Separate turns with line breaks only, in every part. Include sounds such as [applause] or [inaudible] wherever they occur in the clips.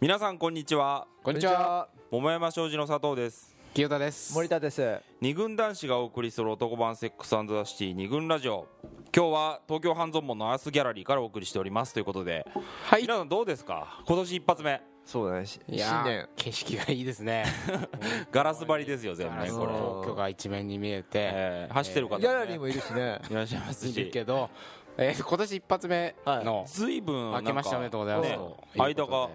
皆さんこんにちは
こんにちは。
桃山商事の佐藤です
清田です。
森田です
二軍男子がお送りする男版セックスザシティ二軍ラジオ今日は東京半蔵門のアースギャラリーからお送りしておりますということで、
はい
皆さんどうですか今年一発目
そうだねし
いや
新
ー
年
景色がいいですね。
ガラス張りですよ全部
[laughs] あ
ね
の
これ、
東京が一面に見えて
えー走ってる方も
ギ
ね
ャラリーもいるしね
いらっしゃいます
いる
し
けど、えー今年一発目の
ずいぶん
明けましておめでとうございますということで。
間が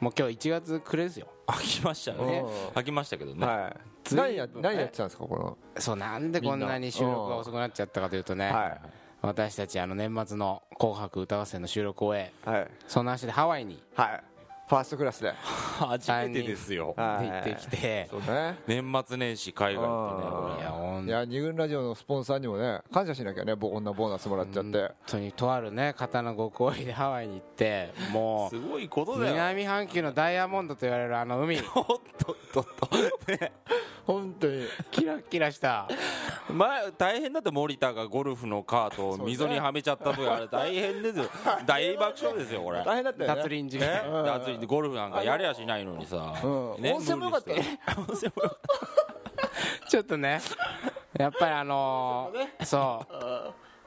もう今日1月暮れですよ。
開きましたね
うん
開きましたけどね、
はい何や何やってたんですかこの
そうなんでこんなに収録が遅くなっちゃったかというとね、
はい
私たちあの年末の紅白歌合戦の収録を終え、
はい
その足でハワイに
はいファーストクラスで
[laughs] 初めてですよ
は
行
い
ってきて、
そうね
年末年始海外行ってねこ
い
れ
や本
いや二軍ラジオのスポンサーにもね感謝しなきゃねこんなボーナスもらっちゃって
当にとあるね方のご好意でハワイに行って、もう
すごいことだよ
南半球のダイヤモンドと言われるあの海。
[laughs] おっとっとっと、ね、
本当に
キラキラした
前大変だって森田がゴルフのカートを溝にはめちゃったとあれ大変ですよ大爆笑ですよこれ
大変だったよね
脱輪時
ね
間
だってゴルフなんかやりゃしないのにさ、
うん温泉もよかったよ
ね温泉もよかっ
ちょっとねやっぱりあのー、そう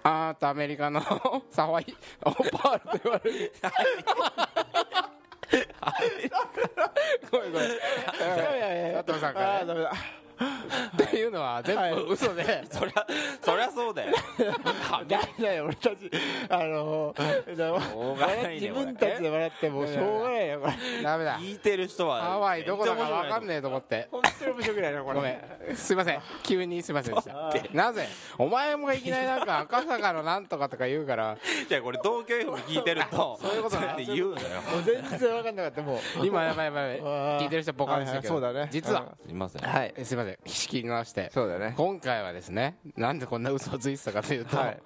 あーとアメリカの [laughs] サファイオパールと言われるごめんごめんいやいや佐藤さんか
あ
ら
あ
ね
ダメだ
っていうのは全部嘘で、
たそりゃそりゃそうだよ
ダメだよ俺たちあのーだから
ょうがないね
[laughs] 自分たちで笑ってもうしょうがないよこれ
ダメだ
聞いてる人は
ハワイどこだか分か
ない
んねえと思って
本当に面白くないなこ
ごめんすいません急にすいませんで
[laughs]
したなぜお前もいきなりなんか赤坂のなんとかとか言うから
じゃこれ東京 FM 聞いてると
そういうことね
やって言うのよ
もう全然分かんなかったもう
今やばいやばいやばい聞いてる人ボカンしてるけど、
はいはいそうだね
実は、
うん
すいません
はい
えすいません仕切り直して
そうだね
今回はですねなんでこんな嘘をついてたかというと、
はい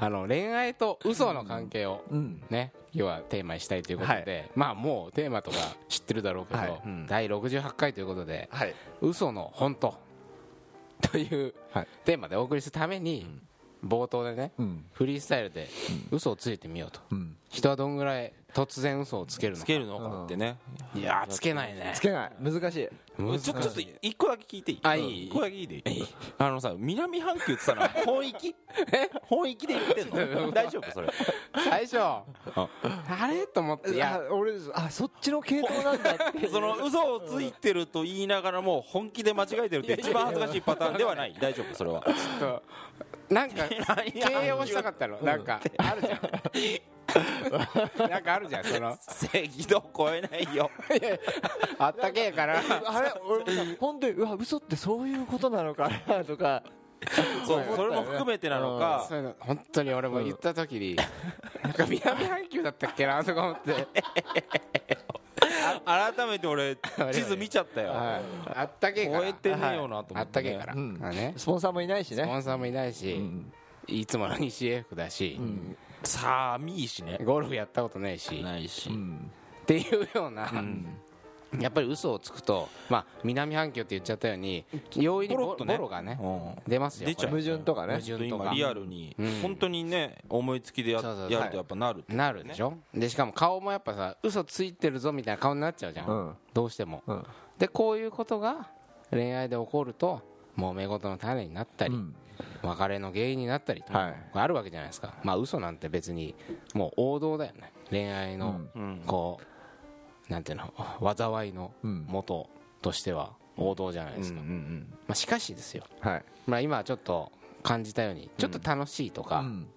あの恋愛と嘘の関係を
ん
ね、要はテーマにしたいということで、まあもうテーマとか知ってるだろうけど、
はい
うん
第68回ということで
はい
「嘘の本当」という
はい
テーマでお送りするために、冒頭でね、
うん
フリースタイルで嘘をついてみようと、
うん
人はどんぐらい突然嘘をつけるの
つ
か
けるのかってね
いやーつけないね
つけない難しい
うんちょちょっと一個だけ聞いていい
あいい
一個だけいいでいいあのさ南半球ってさ [laughs] な本域本域で言ってんの [laughs] 大丈夫それ
最初あれと思ってい
いや
や
俺ですあそっちの系統なんだってい
[laughs]
う
その嘘をついてると言いながらも本気で間違えてるって一番恥ずかしいパターンではない大丈夫それ [laughs] は
ちょっとなんか形容したかったのなんかあるじゃんなんかあるじゃんその
赤道超えないよ
あったけえから
あれ俺さ本当にうわ嘘ってそういうことなのかなとか
そうそれも含めてなのか
そういうの本当に俺も言った時になんか南半球だったっけなとか思って
改めて俺地図見ちゃったよ
は
あったけえから
超えてねえよなと
あ
思っ
ってた
ね
けえから
うん
まあね
いスポンサーもいないし
スポ
ね
ンサーもいないしいつもの CF だし
さあ見いしね
ゴルフやったことないし
ないし
うん
っていうような、やっぱり嘘をつくと、まあ、南半球って言っちゃったように容易に
ポロ
ボロ
ッとね
がね
うん
出ますよ
出ちゃう
こ
矛盾とか
れ
ね
矛盾と
今
か
リアルに
うん
本当にね思いつきでや
そうそうそう
やるとやっぱなる
なるでしょ、でしかも顔もやっぱさ嘘ついてるぞみたいな顔になっちゃうじゃん、
うん
どうしても
うん
でこういうことが恋愛で起こると揉め事の種になったり、
うん
別れの原因になったり、
はい
あるわけじゃないですかまあ嘘なんて別にもう王道だよね恋愛の、
うん
こうなんていうの災いの
うん
元としては王道じゃないですか、
うんうん
まあ、しかしですよ、
はい
まあ、今はちょっと感じたようにちょっと楽しいとか、
うん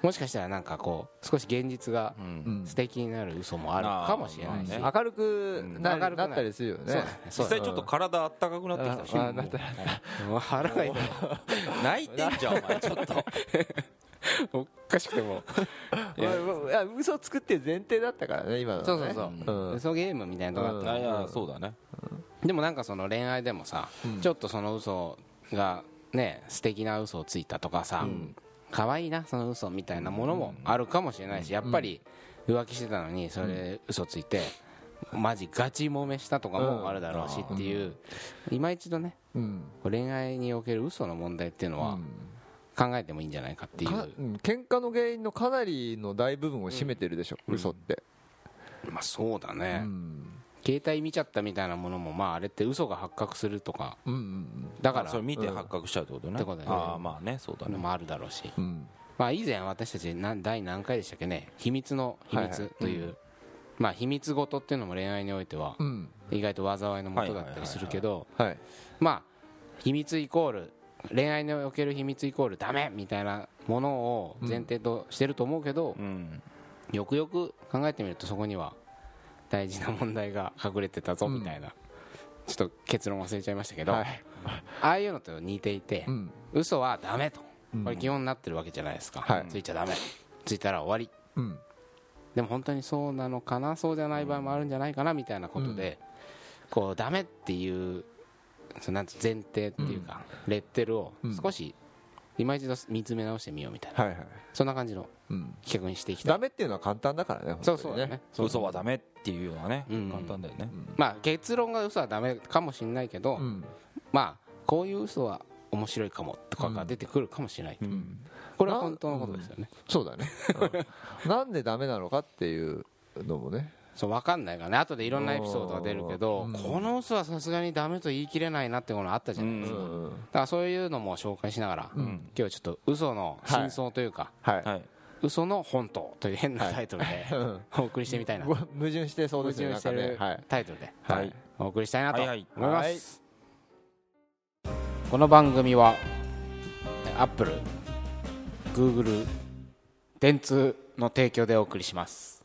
もしかしたらなんかこう少し現実が
うん
うん
素敵になる嘘もあるかもしれないし、
まあね
明るくな
明るくな
ないったりするよね
そうだねそ
実
うだ
際
ね
ちょっと体あったかくなってきたし
ああなった
もう腹が痛い
泣いてんじゃんお前ちょっと
おかしくても
いやいや嘘つくっていう前提だったからね今のね
そうそうそう、
うん
嘘ゲームみたいなとこだった、
いやそうだね
でもなんかその恋愛でもさ、ちょっとその嘘がね素敵な嘘をついたとかさ、可愛いなその嘘みたいなものもあるかもしれないし、やっぱり浮気してたのにそれ嘘ついて、マジガチ揉めしたとかもあるだろうしっていう、今一度ね
うん
恋愛における嘘の問題っていうのは考えてもいいんじゃないかっていう、
かうん喧嘩の原因のかなりの大部分を占めてるでしょ嘘って
まあそうだね、
うん
携帯見ちゃったみたいなものもまああれって嘘が発覚するとか
うんうん
だか
あ
ら
それ見て発覚しちゃうってことね、
ってことだよね
ああまあねそうだね
のもあるだろうし
うんうん
まあ以前私たち何第何回でしたっけね秘密の秘
はいはい
密というまあ秘密事っていうのも恋愛においては
うん
意外と災いのもとだったりするけど
はい
まあ秘密イコール恋愛における秘密イコールダメみたいなものを前提としてると思うけど
うん
よくよく考えてみるとそこには大事な問題が隠れてたぞみたいな、ちょっと結論忘れちゃいましたけど、
はい
ああいうのと似ていて、
うん
嘘はダメと
うん
これ基本になってるわけじゃないですか、
はい
ついちゃダメついたら終わり
うん
でも本当にそうなのかなそうじゃない場合もあるんじゃないかなみたいなことで、こうダメっていうそのなんて前提っていうか、レッテルを
うん
少し今一度見つめ直してみようみたいな、
はいはい
そんな感じの
うん
企画にしていきたい
ダメっていうのは簡単だからね
そうそうだね
嘘はダメっていうのはね、
うん
簡単だよね、
まあ結論が嘘はダメかもしれないけど、
うん
まあこういう嘘は面白いかもとかが出てくるかもしれない、
うん
これは本当のことですよね、
そうだねうんなんでダメなのかっていうのもね
そう分かんないからね後でいろんなエピソードが出るけど、
うん
この嘘はさすがにダメと言い切れないなってものあったじゃないですか、
う
だ
うん
からそういうのも紹介しながら、
ん
今日ちょっと嘘の真相というか、
はい
はい
嘘の本当という変なタイトルで
ん
[laughs] お送りしてみたいな、
うわ矛盾してそう
矛
です
盾
よね
して
なん
る
かねはい
タイトルで
はい
お送りしたいなと
は
思
いはいい
ま
はい
す、この番組はアップルグーグル電通の提供でお送りします